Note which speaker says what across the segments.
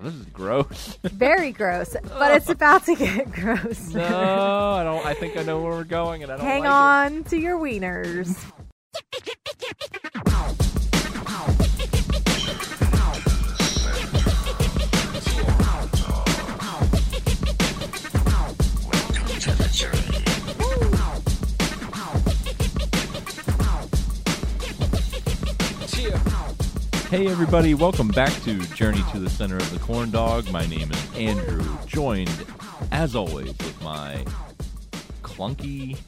Speaker 1: Oh, gross.
Speaker 2: Very gross, but it's about to get gross.
Speaker 1: no, I don't. I think I know where we're going, and I don't.
Speaker 2: Hang
Speaker 1: like it.
Speaker 2: on to your wieners.
Speaker 1: Hey everybody, welcome back to Journey to the Center of the Corn Dog. My name is Andrew, joined as always with my clunky,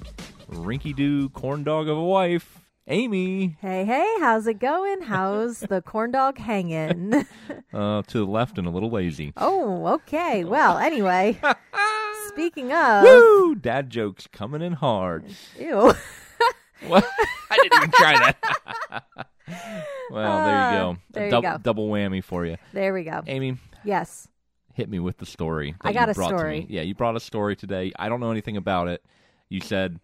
Speaker 1: rinky-doo corn dog of a wife, Amy.
Speaker 2: Hey, hey, how's it going? How's the corn dog hanging?
Speaker 1: Uh, to the left and a little lazy.
Speaker 2: oh, okay. Well, anyway, speaking of,
Speaker 1: Woo! Dad jokes coming in hard.
Speaker 2: ew.
Speaker 1: What? I didn't even try that. well, there you go.
Speaker 2: Ah, there
Speaker 1: a
Speaker 2: you
Speaker 1: dou-
Speaker 2: go.
Speaker 1: double whammy for you,
Speaker 2: There we go.
Speaker 1: Amy.
Speaker 2: Yes.
Speaker 1: hit me with the story. that
Speaker 2: I got
Speaker 1: you
Speaker 2: a
Speaker 1: brought to
Speaker 2: story.
Speaker 1: me. Yeah, you brought a story today. I don't know anything about it. You said,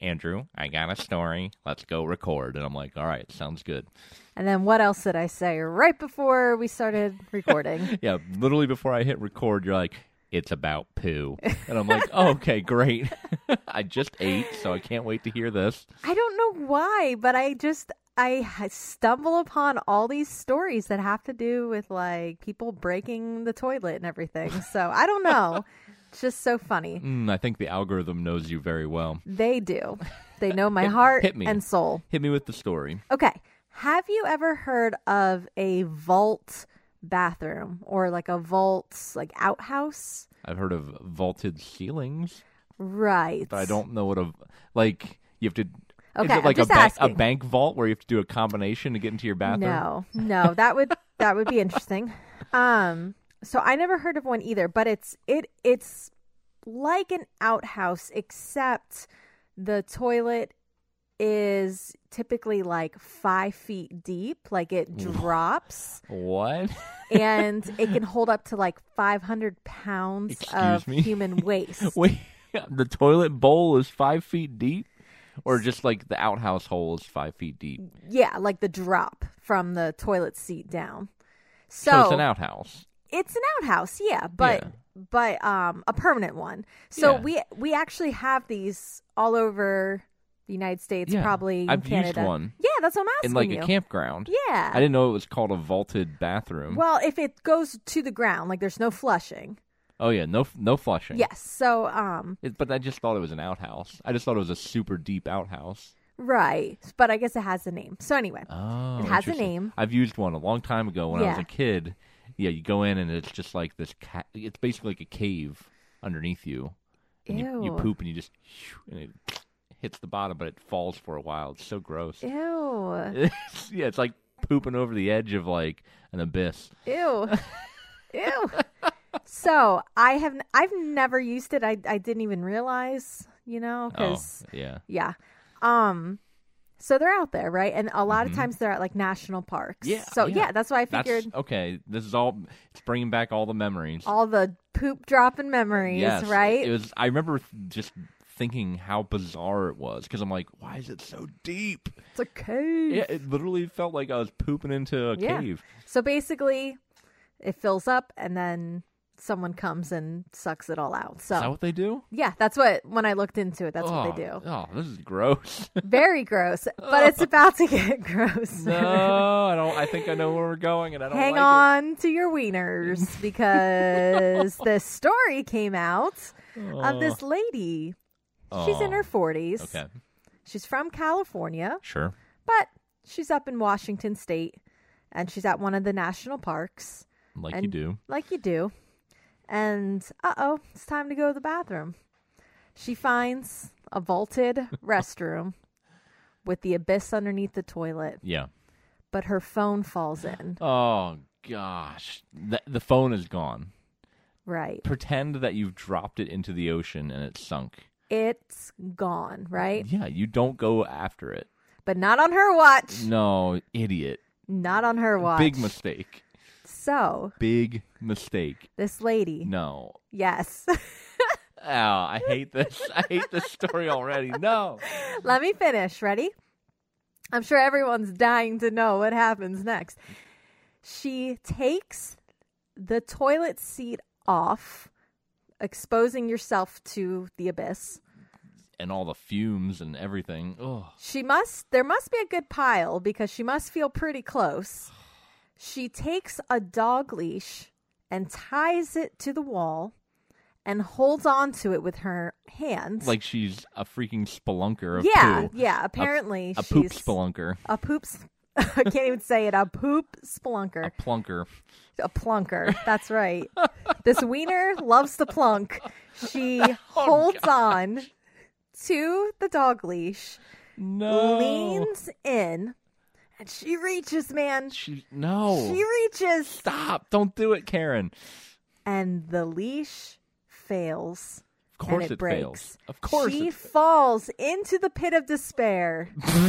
Speaker 1: Andrew, I got a story. Let's go record. And I'm like, all right, sounds good.
Speaker 2: And then what else did I say right before we started recording?
Speaker 1: Yeah, literally before I hit record, you're like, it's about poo. And I'm like, oh, okay, great. I just ate, so I can't wait to hear this.
Speaker 2: I don't know why, but I just I h- stumble upon all these stories that have to do with like people breaking the toilet and everything. So I don't know. it's just so funny.
Speaker 1: Mm, I think the algorithm knows you very well.
Speaker 2: They do. They know my heart
Speaker 1: hit me.
Speaker 2: and soul.
Speaker 1: Hit me with the story.
Speaker 2: Okay. Have you ever heard of a vault bathroom or like a vault like outhouse?
Speaker 1: I've heard of vaulted ceilings,
Speaker 2: Right.
Speaker 1: but I don't know what a like. You have to.
Speaker 2: Okay,
Speaker 1: is
Speaker 2: I'm
Speaker 1: it like
Speaker 2: just
Speaker 1: a, bank, a
Speaker 2: asking.
Speaker 1: bank vault where you have to do a combination to get into your bathroom?
Speaker 2: No, no, that would that would be interesting. Um, so I never heard of one either, but it's it it's like an outhouse, except the toilet is typically like five feet deep, like it drops,
Speaker 1: What?
Speaker 2: and it can hold up to like five hundred pounds
Speaker 1: Excuse
Speaker 2: of
Speaker 1: me?
Speaker 2: human waste.
Speaker 1: Wait, the toilet bowl is five feet deep, or just like the outhouse hole is five feet deep?
Speaker 2: yeah, like the drop from the toilet seat down. So,
Speaker 1: it's an outhouse.
Speaker 2: it's an outhouse, yeah, but
Speaker 1: Yeah.
Speaker 2: but um a permanent one. So
Speaker 1: Yeah.
Speaker 2: we we actually have these all over the United States,
Speaker 1: Yeah.
Speaker 2: probably in
Speaker 1: I've used
Speaker 2: Canada.
Speaker 1: one.
Speaker 2: Yeah, that's what I'm asking
Speaker 1: In like
Speaker 2: you.
Speaker 1: a campground.
Speaker 2: yeah.
Speaker 1: I didn't know it was called a vaulted bathroom.
Speaker 2: well, if it goes to the ground, like there's no flushing.
Speaker 1: oh yeah, no, no flushing.
Speaker 2: Yes. So um
Speaker 1: It, but I just thought it was an outhouse. I just thought it was a super deep outhouse.
Speaker 2: right, but I guess it has a name. So anyway,
Speaker 1: Oh,
Speaker 2: It has a
Speaker 1: interesting.
Speaker 2: name.
Speaker 1: I've used one a long time ago when I was
Speaker 2: Yeah.
Speaker 1: a kid. Yeah, you go in and it's just like this. Ca- it's basically like a cave underneath you. And You, you
Speaker 2: Ew.
Speaker 1: poop and you just and it hits the bottom, but it falls for a while. It's so gross.
Speaker 2: ew.
Speaker 1: It's- yeah, it's like pooping over the edge of like an abyss.
Speaker 2: Ew. Ew. So, I have I've never used it. I I didn't even realize, you know,
Speaker 1: Oh,
Speaker 2: cuz
Speaker 1: yeah.
Speaker 2: Yeah. Um so they're out there, right? And a lot of times they're at like national parks.
Speaker 1: Mm-hmm. Yeah,
Speaker 2: So
Speaker 1: yeah.
Speaker 2: yeah, that's why I
Speaker 1: That's
Speaker 2: figured
Speaker 1: okay. This is all. It's bringing back all the memories.
Speaker 2: all the poop dropping memories,
Speaker 1: yes,
Speaker 2: right?
Speaker 1: It was. I remember just thinking how bizarre it was because I'm like, why is it so deep?
Speaker 2: it's a cave.
Speaker 1: Yeah, it literally felt like I was pooping into a
Speaker 2: Yeah.
Speaker 1: cave.
Speaker 2: So basically it fills up and then someone comes and sucks it all out. So
Speaker 1: Is that what they do?
Speaker 2: yeah, that's what when I looked into it, that's
Speaker 1: oh,
Speaker 2: what they do.
Speaker 1: Oh, this is gross.
Speaker 2: Very gross, but it's about to get gross.
Speaker 1: no, I don't. I think I know where we're going, and I don't.
Speaker 2: Hang
Speaker 1: like
Speaker 2: on to your wieners because this story came out
Speaker 1: it.
Speaker 2: of this lady
Speaker 1: Oh,
Speaker 2: She's in
Speaker 1: oh,
Speaker 2: her 40s.
Speaker 1: Okay,
Speaker 2: She's from California,
Speaker 1: sure.
Speaker 2: but she's up in Washington state and she's at one of the national parks,
Speaker 1: Like you
Speaker 2: And-
Speaker 1: do.
Speaker 2: like you do. And uh oh, it's time to go to the bathroom. She finds a vaulted restroom with the abyss underneath the toilet,
Speaker 1: Yeah.
Speaker 2: but her phone falls in.
Speaker 1: Oh gosh, the the phone is gone.
Speaker 2: Right.
Speaker 1: Pretend that you've dropped it into the ocean and it's sunk.
Speaker 2: It's gone, right?
Speaker 1: Yeah, you don't go after it.
Speaker 2: But not on her watch.
Speaker 1: No, idiot.
Speaker 2: Not on her watch.
Speaker 1: Mm. Big mistake.
Speaker 2: So,
Speaker 1: Big mistake.
Speaker 2: this lady,
Speaker 1: No.
Speaker 2: yes.
Speaker 1: Oh, I hate this. I hate this story already. No.
Speaker 2: Let me finish. Ready? I'm sure everyone's dying to know what happens next. She takes the toilet seat off, exposing yourself to the abyss.
Speaker 1: and all the fumes and everything. Oh,
Speaker 2: She must, there must be a good pile because she must feel pretty close. She takes a dog leash and ties it to the wall and holds on to it with her hands.
Speaker 1: like she's a freaking spelunker of
Speaker 2: yeah,
Speaker 1: poo.
Speaker 2: yeah. Apparently,
Speaker 1: A
Speaker 2: she's
Speaker 1: poop spelunker.
Speaker 2: a poops. I can't even say it. A poop splunker,
Speaker 1: A plunker.
Speaker 2: a plunker. That's right. this wiener loves the plunk. She
Speaker 1: Oh,
Speaker 2: holds on to the dog leash,
Speaker 1: No.
Speaker 2: leans in, and she reaches. Man,
Speaker 1: She no.
Speaker 2: she reaches,
Speaker 1: Oh. Stop. Don't do it, Karen.
Speaker 2: and the leash fails.
Speaker 1: Of course
Speaker 2: and it, breaks.
Speaker 1: fails. Of course
Speaker 2: she
Speaker 1: it
Speaker 2: falls into the pit of despair.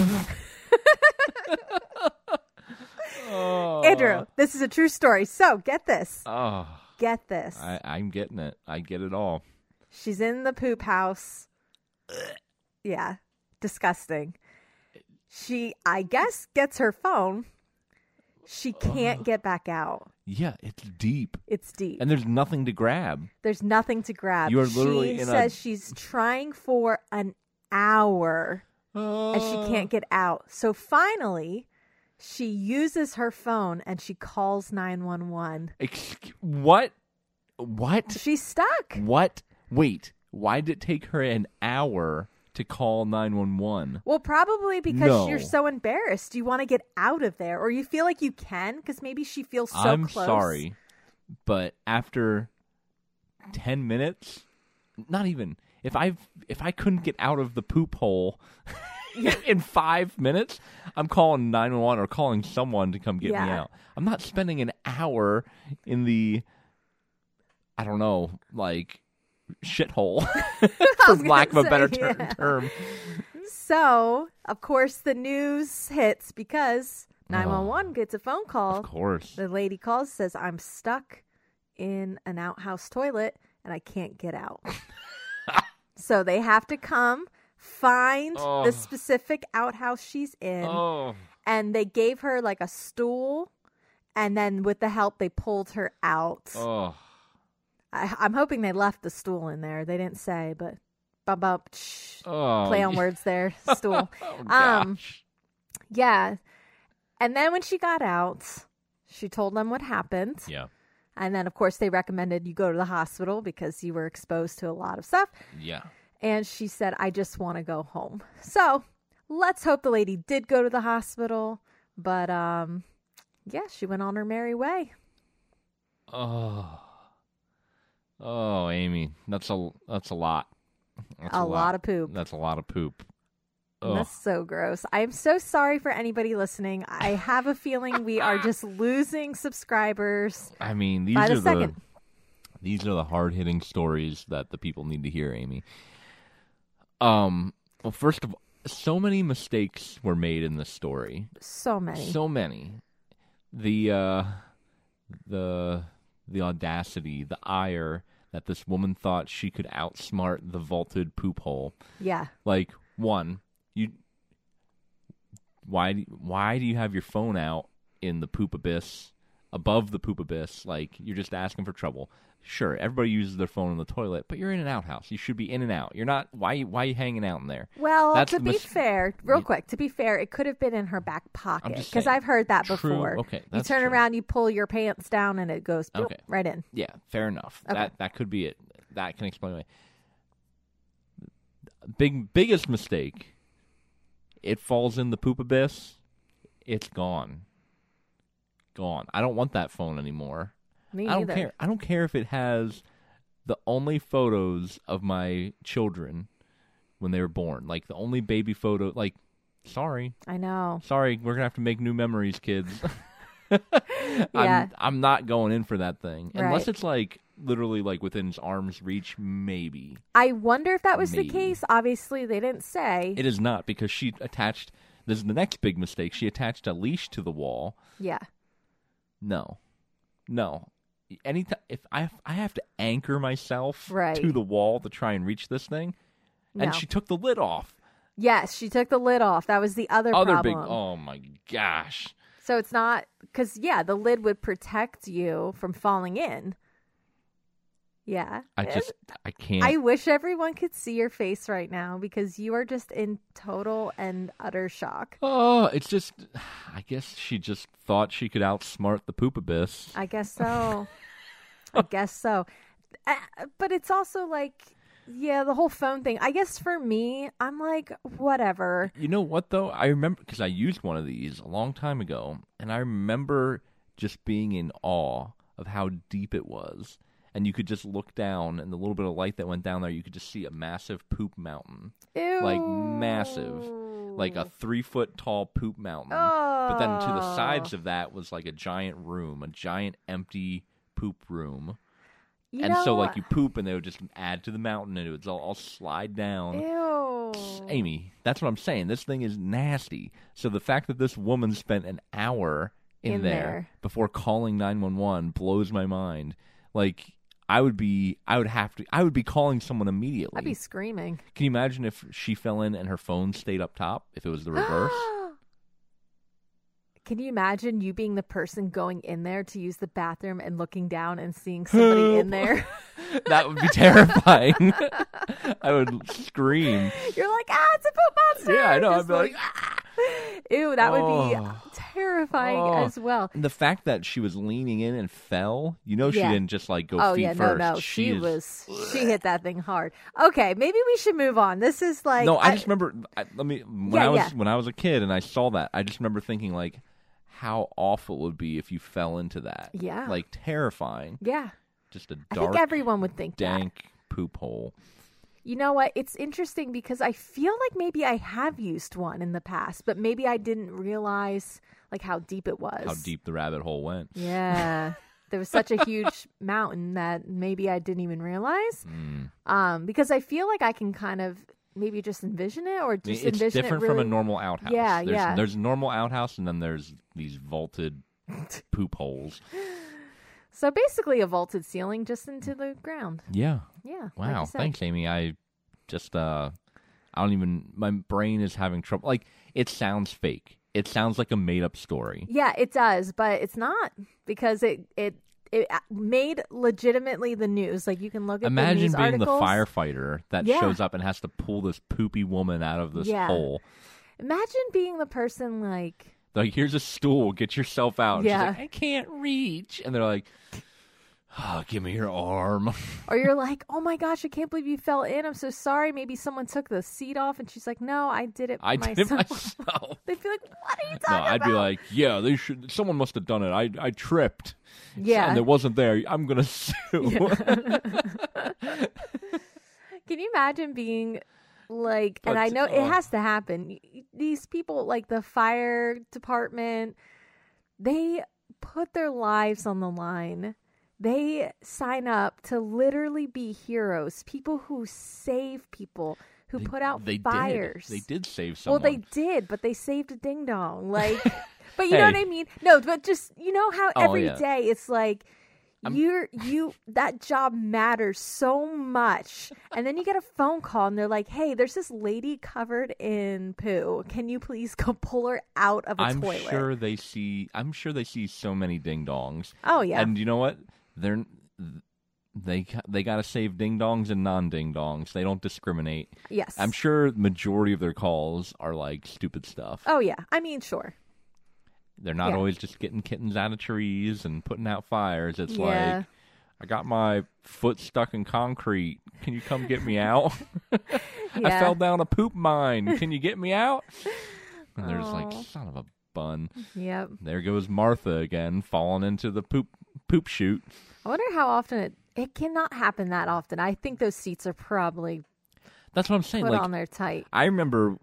Speaker 1: oh.
Speaker 2: Andrew, this is a true story. So get this,
Speaker 1: Oh,
Speaker 2: get this.
Speaker 1: I, I'm getting it. I get it all.
Speaker 2: She's in the poop house. yeah, disgusting. She, I guess, gets her phone. She can't get back out.
Speaker 1: Yeah, it's deep.
Speaker 2: It's deep.
Speaker 1: Uh. And there's nothing to grab.
Speaker 2: There's nothing to grab.
Speaker 1: You are literally
Speaker 2: she
Speaker 1: in a-
Speaker 2: says she's trying for an hour and she
Speaker 1: Uh.
Speaker 2: can't get out. So finally, she uses her phone and she calls 911.
Speaker 1: Excu- Uh, what? What?
Speaker 2: She's stuck.
Speaker 1: What? Wait. Why did it take her an hour to call 911?
Speaker 2: Well, probably because
Speaker 1: No.
Speaker 2: you're so embarrassed. You want to get out of there, or you feel like you can, because maybe she feels so
Speaker 1: I'm
Speaker 2: close.
Speaker 1: sorry, but after 10 minutes, not even if I if I couldn't get out of the poop hole in 5 minutes, I'm calling 911 or calling someone to come get me
Speaker 2: Yeah.
Speaker 1: out. I'm not spending an hour in the I don't know, like shithole for
Speaker 2: gonna
Speaker 1: lack of a
Speaker 2: say,
Speaker 1: better ter-
Speaker 2: yeah.
Speaker 1: term.
Speaker 2: So, of course, the news hits because 911 gets a phone
Speaker 1: Of
Speaker 2: call.
Speaker 1: course.
Speaker 2: The lady calls, says, I'm stuck in an outhouse toilet and I can't get out. so they have to come find
Speaker 1: Oh.
Speaker 2: the specific outhouse she's in.
Speaker 1: Oh.
Speaker 2: and they gave her like a stool and then with the help they pulled her out
Speaker 1: Oh.
Speaker 2: I, i'm hoping they left the stool in there they didn't say but bump up shh,
Speaker 1: Oh.
Speaker 2: play on words there stool
Speaker 1: Oh,
Speaker 2: Um,
Speaker 1: gosh.
Speaker 2: yeah and then when she got out she told them what happened
Speaker 1: yeah.
Speaker 2: and then of course they recommended you go to the hospital because you were exposed to a lot of stuff
Speaker 1: Yeah.
Speaker 2: and she said, I just want to go home. So let's hope the lady did go to the hospital. But um, yeah, she went on her merry way.
Speaker 1: Oh, oh, Amy, that's a that's a lot. That's
Speaker 2: a lot of poop.
Speaker 1: that's a lot of poop.
Speaker 2: And
Speaker 1: Oh,
Speaker 2: That's so gross. I'm so sorry for anybody listening. I have a feeling we are just losing subscribers.
Speaker 1: Oh, I mean these
Speaker 2: By
Speaker 1: are
Speaker 2: the
Speaker 1: the
Speaker 2: second.
Speaker 1: these are the hard hitting stories that the people need to hear, Amy. Um, well, first of all, so many mistakes were made in this story.
Speaker 2: So many.
Speaker 1: So many. The uh, the the audacity, the ire that this woman thought she could outsmart the vaulted poop hole.
Speaker 2: yeah.
Speaker 1: like one you why do- why do you have your phone out in the poop abyss above the poop abyss like you're just asking for trouble sure everybody uses their phone in the toilet but you're in an outhouse you should be in and out you're not why why are you hanging out in there
Speaker 2: Well,
Speaker 1: That's
Speaker 2: to
Speaker 1: the
Speaker 2: be
Speaker 1: mis-
Speaker 2: fair, real
Speaker 1: Yeah.
Speaker 2: quick, to be fair, it could have been in her back pocket
Speaker 1: just
Speaker 2: because
Speaker 1: saying.
Speaker 2: I've heard that
Speaker 1: True.
Speaker 2: before.
Speaker 1: Okay,
Speaker 2: you
Speaker 1: that's
Speaker 2: turn
Speaker 1: true.
Speaker 2: around, you pull your pants down, and it goes bloop,
Speaker 1: Okay.
Speaker 2: right in.
Speaker 1: yeah fair enough
Speaker 2: Okay.
Speaker 1: that that could be it that can explain why big biggest mistake it falls in the poop abyss it's gone gone i don't want that phone anymore
Speaker 2: Me
Speaker 1: I don't
Speaker 2: neither.
Speaker 1: care. I don't care if it has the only photos of my children when they were born, like the only baby photo. Like, sorry,
Speaker 2: I know.
Speaker 1: sorry, we're gonna have to make new memories, kids.
Speaker 2: Yeah.
Speaker 1: I'm, I'm not going in for that thing unless
Speaker 2: Right.
Speaker 1: it's like literally like within its arm's reach. Maybe
Speaker 2: I wonder if that was
Speaker 1: Maybe.
Speaker 2: the case. Obviously, they didn't say.
Speaker 1: it is not because she attached. This is the next big mistake. She attached a leash to the wall.
Speaker 2: yeah.
Speaker 1: No, no. Anytime if I I have to anchor myself
Speaker 2: Right.
Speaker 1: to the wall to try and reach this thing,
Speaker 2: No.
Speaker 1: and she took the lid off.
Speaker 2: yes, she took the lid off. That was the other,
Speaker 1: Other
Speaker 2: problem.
Speaker 1: big. Oh my gosh.
Speaker 2: So it's not because yeah, the lid would protect you from falling in. Yeah. Eh,
Speaker 1: I just I can't.
Speaker 2: I wish everyone could see your face right now because you are just in total and utter shock.
Speaker 1: oh, it's just. I guess she just thought she could outsmart the poop abyss.
Speaker 2: I guess so. I guess so. Uh, But it's also like, yeah, the whole phone thing. I guess for me, I'm like, whatever.
Speaker 1: You know what though? I remember because I used one of these a long time ago, and I remember just being in awe of how deep it was, and you could just look down, and the little bit of light that went down there, you could just see a massive poop mountain,
Speaker 2: Ew.
Speaker 1: like massive, like a three foot tall poop mountain. But then to the
Speaker 2: Oh.
Speaker 1: sides of that was like a giant room, a giant empty poop room.
Speaker 2: You
Speaker 1: and so
Speaker 2: know,
Speaker 1: like you poop and they would just add to the mountain and it would all, all slide down.
Speaker 2: Ew.
Speaker 1: Amy, that's what I'm saying. This thing is nasty. So the fact that this woman spent an hour in,
Speaker 2: In
Speaker 1: there,
Speaker 2: there.
Speaker 1: before calling 911 blows my mind. Like I would be I would have to I would be calling someone immediately.
Speaker 2: I'd be screaming.
Speaker 1: Can you imagine if she fell in and her phone stayed up top if it was the reverse?
Speaker 2: Can you imagine you being the person going in there to use the bathroom and looking down and seeing somebody in there?
Speaker 1: that would be terrifying. I would scream.
Speaker 2: You're like, ah, it's a poop monster.
Speaker 1: Yeah, I know.
Speaker 2: Just ah.
Speaker 1: I'd be like,
Speaker 2: ew, that would be
Speaker 1: Oh.
Speaker 2: terrifying
Speaker 1: Oh.
Speaker 2: as well.
Speaker 1: And the fact that she was leaning in and fell, you know, she
Speaker 2: Yeah.
Speaker 1: didn't just like go
Speaker 2: Oh
Speaker 1: feet
Speaker 2: yeah,
Speaker 1: first.
Speaker 2: no, no, she,
Speaker 1: is-
Speaker 2: was she hit that thing hard. Okay, maybe we should move on. This is like
Speaker 1: no, I, just remember. I, let me. When
Speaker 2: Yeah,
Speaker 1: I was
Speaker 2: yeah.
Speaker 1: when I was a kid and I saw that, I just remember thinking like, how awful it would be if you fell into that.
Speaker 2: Yeah.
Speaker 1: like terrifying.
Speaker 2: yeah.
Speaker 1: Just a
Speaker 2: I
Speaker 1: dark,
Speaker 2: think everyone would think that.
Speaker 1: dank poop hole.
Speaker 2: You know what? It's interesting because I feel like maybe I have used one in the past, but maybe I didn't realize like how deep it was.
Speaker 1: How deep the rabbit hole went.
Speaker 2: Yeah. there was such a huge mountain that maybe I didn't even realize.
Speaker 1: Mm.
Speaker 2: Um, because I feel like I can kind of maybe just envision it or
Speaker 1: I mean,
Speaker 2: just
Speaker 1: it's
Speaker 2: envision
Speaker 1: different
Speaker 2: it
Speaker 1: from
Speaker 2: really
Speaker 1: a normal outhouse.
Speaker 2: Yeah,
Speaker 1: there's,
Speaker 2: yeah.
Speaker 1: There's a normal outhouse, and then there's these vaulted poop holes.
Speaker 2: So basically a vaulted ceiling just into the ground.
Speaker 1: Yeah.
Speaker 2: Yeah. like you
Speaker 1: Wow.
Speaker 2: said.
Speaker 1: Thanks, Amy. I just uh I don't even my brain is having trouble. Like it sounds fake. It sounds like a made up story.
Speaker 2: Yeah, it does, but it's not because it it it made legitimately the news. Like you can look at the
Speaker 1: Imagine
Speaker 2: news
Speaker 1: being
Speaker 2: articles.
Speaker 1: the firefighter that
Speaker 2: Yeah.
Speaker 1: shows up and has to pull this poopy woman out of this
Speaker 2: Yeah.
Speaker 1: hole.
Speaker 2: Imagine being the person like
Speaker 1: Like, here's a stool, get yourself out. And she's
Speaker 2: Yeah.
Speaker 1: like, I can't reach. And they're like, oh, give me your arm.
Speaker 2: or you're like, "Oh my gosh, I can't believe you fell in. I'm so sorry. Maybe someone took the seat off." And she's like, "No, I did it
Speaker 1: I
Speaker 2: myself."
Speaker 1: did it myself.
Speaker 2: They'd be like, "What are you
Speaker 1: No,
Speaker 2: talking
Speaker 1: I'd
Speaker 2: about?"
Speaker 1: be like, yeah, they should. Someone must have done it. I I tripped.
Speaker 2: Yeah.
Speaker 1: and it wasn't there. I'm gonna sue.
Speaker 2: Can you imagine being like, and
Speaker 1: But,
Speaker 2: I know it
Speaker 1: uh,
Speaker 2: has to happen. Y- y- These people, like the fire department, they put their lives on the line. They sign up to literally be heroes, people who save people, who put out
Speaker 1: they
Speaker 2: fires.
Speaker 1: Did. They did save
Speaker 2: Well,
Speaker 1: someone.
Speaker 2: they did, but they saved a ding dong. Like, but you
Speaker 1: Hey.
Speaker 2: know what I mean? No, but just you know how
Speaker 1: Oh,
Speaker 2: every day
Speaker 1: yeah.
Speaker 2: it's like you're you that job matters so much, and then you get a phone call and they're like, "Hey, there's this lady covered in poo. Can you please go pull her out of a
Speaker 1: I'm
Speaker 2: toilet?"
Speaker 1: sure they see. I'm sure they see so many ding dongs.
Speaker 2: Oh yeah,
Speaker 1: And you know what? They're they they gotta save ding dongs and non ding dongs. They don't discriminate.
Speaker 2: yes.
Speaker 1: I'm sure the majority of their calls are like stupid stuff.
Speaker 2: Oh yeah, I mean sure.
Speaker 1: They're not
Speaker 2: yeah.
Speaker 1: always just getting kittens out of trees and putting out fires. It's
Speaker 2: Yeah.
Speaker 1: like. I got my foot stuck in concrete. Can you come get me out?
Speaker 2: Yeah.
Speaker 1: I fell down a poop mine. Can you get me out? And they're just like,
Speaker 2: Aw.
Speaker 1: son of a bun.
Speaker 2: Yep.
Speaker 1: There goes Martha again, falling into the poop poop chute.
Speaker 2: I wonder how often it it cannot happen that often. I think those seats are probably
Speaker 1: That's what I'm saying.
Speaker 2: put
Speaker 1: like
Speaker 2: on there tight.
Speaker 1: I remember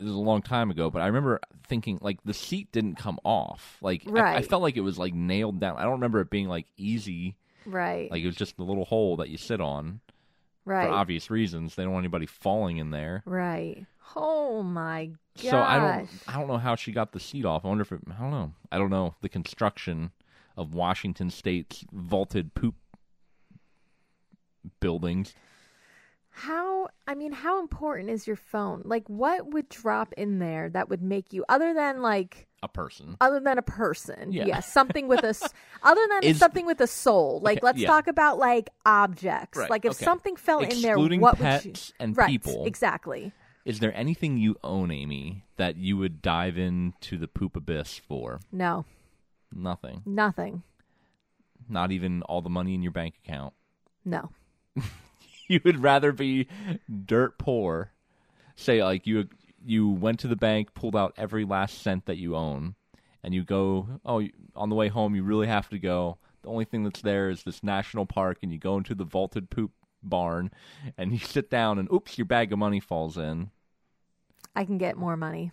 Speaker 1: this is a long time ago, but I remember thinking like the seat didn't come off. Like I- I,
Speaker 2: Right.
Speaker 1: felt like it was like nailed down. I don't remember it being like easy.
Speaker 2: Right.
Speaker 1: Like it was just the little hole that you sit on
Speaker 2: right.
Speaker 1: for obvious reasons. They don't want anybody falling in there.
Speaker 2: Right. Oh my gosh.
Speaker 1: So I don't I don't know how she got the seat off. I wonder if it, I don't know. I don't know the construction of Washington State's vaulted poop buildings.
Speaker 2: How I mean, how important is your phone? Like what would drop in there that would make you other than like
Speaker 1: a person.
Speaker 2: other than a person
Speaker 1: Yeah.
Speaker 2: yeah, something with a s- other than
Speaker 1: Is-
Speaker 2: something with a soul like
Speaker 1: Okay,
Speaker 2: let's
Speaker 1: yeah.
Speaker 2: talk about like objects
Speaker 1: Right,
Speaker 2: like if
Speaker 1: okay.
Speaker 2: something fell in there
Speaker 1: Excluding
Speaker 2: what would
Speaker 1: pets
Speaker 2: you
Speaker 1: and
Speaker 2: right
Speaker 1: people.
Speaker 2: exactly
Speaker 1: Is there anything you own, Amy, that you would dive into the poop abyss for?
Speaker 2: no
Speaker 1: Nothing.
Speaker 2: nothing
Speaker 1: Not even all the money in your bank account.
Speaker 2: no
Speaker 1: You would rather be dirt poor. Say like you you went to the bank, pulled out every last cent that you own, and you go, "Oh, you- on the way home you really have to go. The only thing that's there is this national park and you go into the vaulted poop barn and you sit down and oops, your bag of money falls in.
Speaker 2: i can get more money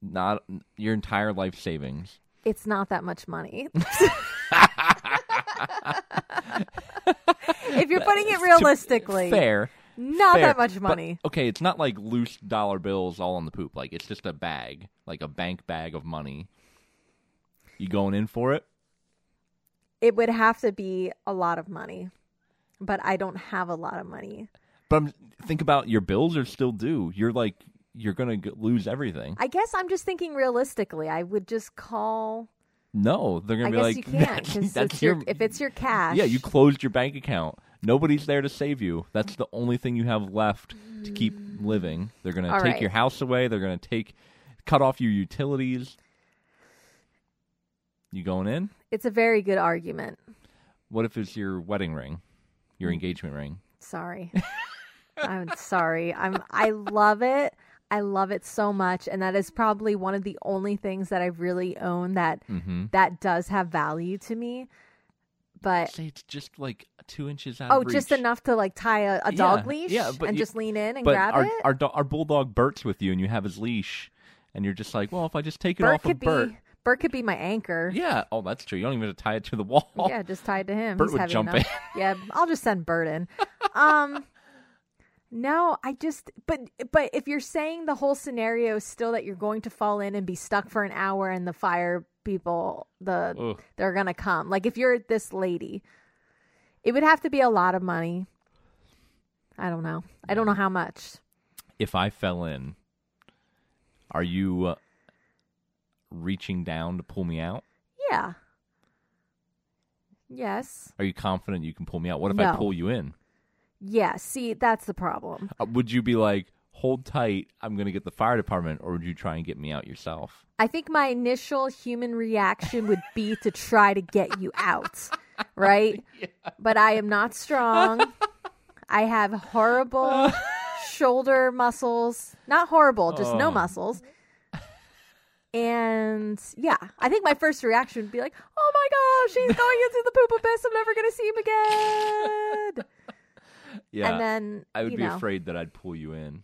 Speaker 1: Not your entire life savings.
Speaker 2: it's not that much money if you're putting it realistically
Speaker 1: Fair.
Speaker 2: not
Speaker 1: fair,
Speaker 2: that much
Speaker 1: but-
Speaker 2: money
Speaker 1: okay, it's not like loose dollar bills all on the poop. Like it's just a bag, like a bank bag of money. You going in for it?
Speaker 2: it would have to be a lot of money but i don't have a lot of money
Speaker 1: But I'm, think about your bills are still due. You're like you're gonna g- lose everything.
Speaker 2: i guess i'm just thinking realistically i would just call
Speaker 1: No, they're gonna
Speaker 2: i
Speaker 1: be
Speaker 2: guess
Speaker 1: like
Speaker 2: you can't
Speaker 1: that's,
Speaker 2: because
Speaker 1: that's
Speaker 2: your, if it's your cash
Speaker 1: yeah. You closed your bank account. Nobody's there to save you. That's the only thing you have left to keep living. They're gonna
Speaker 2: All
Speaker 1: take
Speaker 2: right.
Speaker 1: your house away. They're gonna take cut off your utilities. You going in?
Speaker 2: It's a very good argument.
Speaker 1: What if it's your wedding ring, your engagement ring?
Speaker 2: Sorry. I'm sorry. I'm I love it. I love it so much and that is probably one of the only things that I really own that
Speaker 1: Mm-hmm.
Speaker 2: that does have value to me. But
Speaker 1: Say it's just like two inches out.
Speaker 2: Eh. oh,
Speaker 1: of
Speaker 2: just
Speaker 1: reach.
Speaker 2: enough to like tie a, a dog
Speaker 1: Yeah,
Speaker 2: leash
Speaker 1: yeah, but
Speaker 2: and
Speaker 1: you-
Speaker 2: just lean in and
Speaker 1: But
Speaker 2: grab
Speaker 1: our,
Speaker 2: it.
Speaker 1: our do- our bulldog Bert's with you, and you have his leash, and you're just like, well, if I just take it
Speaker 2: Bert
Speaker 1: off of
Speaker 2: could
Speaker 1: Bert,
Speaker 2: be Bert could be my anchor.
Speaker 1: yeah. Oh, that's true. You don't even have to tie it to the wall.
Speaker 2: Yeah, just tied to him.
Speaker 1: Bert
Speaker 2: He's
Speaker 1: would
Speaker 2: heavy
Speaker 1: jump
Speaker 2: enough. Yeah, I'll just send Bert in. Um, no, I just but but if you're saying the whole scenario is still that you're going to fall in and be stuck for an hour and the fire people the
Speaker 1: Ugh.
Speaker 2: they're gonna come. Like if you're this lady, it would have to be a lot of money. I don't know. I don't know how much.
Speaker 1: If I fell in, are you uh, reaching down to pull me out?
Speaker 2: Yeah. Yes.
Speaker 1: Are you confident you can pull me out? What if I
Speaker 2: No.
Speaker 1: pull you in?
Speaker 2: Yeah. See, that's the problem.
Speaker 1: Uh, would you be like, hold tight, I'm going to get the fire department, or would you try and get me out yourself?
Speaker 2: I think my initial human reaction would be to try to get you out, right? But I am not strong. I have horrible shoulder muscles. Not horrible, just
Speaker 1: Oh.
Speaker 2: no muscles. And yeah, I think my first reaction would be like, oh my gosh, he's going into the poop abyss. I'm never going to see him again.
Speaker 1: Yeah.
Speaker 2: And then,
Speaker 1: I would
Speaker 2: you
Speaker 1: be
Speaker 2: know,
Speaker 1: afraid that I'd pull you in.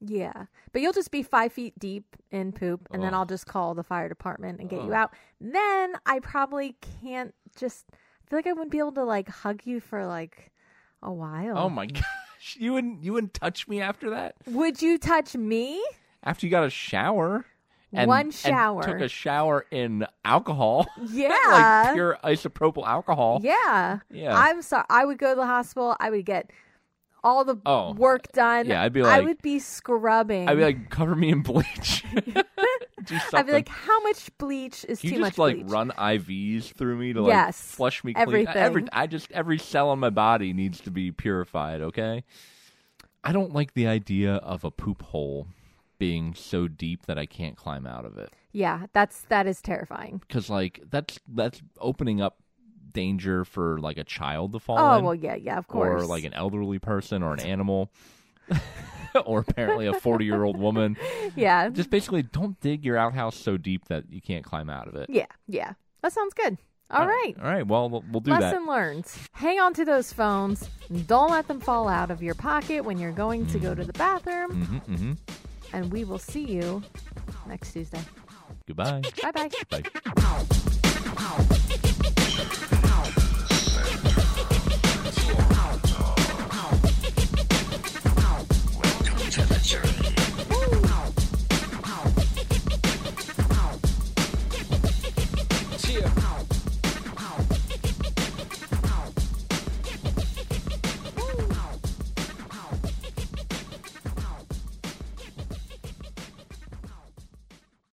Speaker 2: Yeah. But you'll just be five feet deep in poop, and then
Speaker 1: Ugh.
Speaker 2: I'll just call the fire department and get
Speaker 1: Ugh.
Speaker 2: you out. Then I probably can't just I feel like I wouldn't be able to like hug you for like a while.
Speaker 1: Oh my gosh. You wouldn't you wouldn't touch me after that?
Speaker 2: Would you touch me?
Speaker 1: After you got a shower? And,
Speaker 2: One
Speaker 1: and
Speaker 2: shower.
Speaker 1: took a shower in alcohol.
Speaker 2: Yeah.
Speaker 1: like pure isopropyl alcohol.
Speaker 2: Yeah.
Speaker 1: Yeah.
Speaker 2: I'm sorry. I would go to the hospital. I would get all the
Speaker 1: Oh.
Speaker 2: work done.
Speaker 1: Yeah, I'd be
Speaker 2: I
Speaker 1: like-
Speaker 2: would be scrubbing.
Speaker 1: I'd be like, cover me in bleach. Do something.
Speaker 2: I'd be like, how much bleach is
Speaker 1: Can
Speaker 2: too
Speaker 1: you
Speaker 2: much
Speaker 1: just like
Speaker 2: bleach?
Speaker 1: run IVs through me to like
Speaker 2: Yes.
Speaker 1: flush me clean.
Speaker 2: Everything.
Speaker 1: Every I just every cell in my body needs to be purified, okay? I don't like the idea of a poop hole being so deep that I can't climb out of it.
Speaker 2: yeah, that's that is terrifying.
Speaker 1: because like that's that's opening up danger for like a child to fall
Speaker 2: Oh
Speaker 1: in,
Speaker 2: well yeah, yeah, of course.
Speaker 1: or like an elderly person or an animal, or apparently a forty year old woman.
Speaker 2: yeah.
Speaker 1: Just basically, don't dig your outhouse so deep that you can't climb out of it.
Speaker 2: Yeah, yeah. That sounds good. All right.
Speaker 1: all right. Well, we'll, we'll do that.
Speaker 2: Lesson learned. Hang on to those phones. Don't let them fall out of your pocket when you're going to go to the bathroom.
Speaker 1: Mm-hmm, mm-hmm.
Speaker 2: And we will see you next Tuesday.
Speaker 1: Goodbye.
Speaker 2: Bye bye.
Speaker 1: Bye.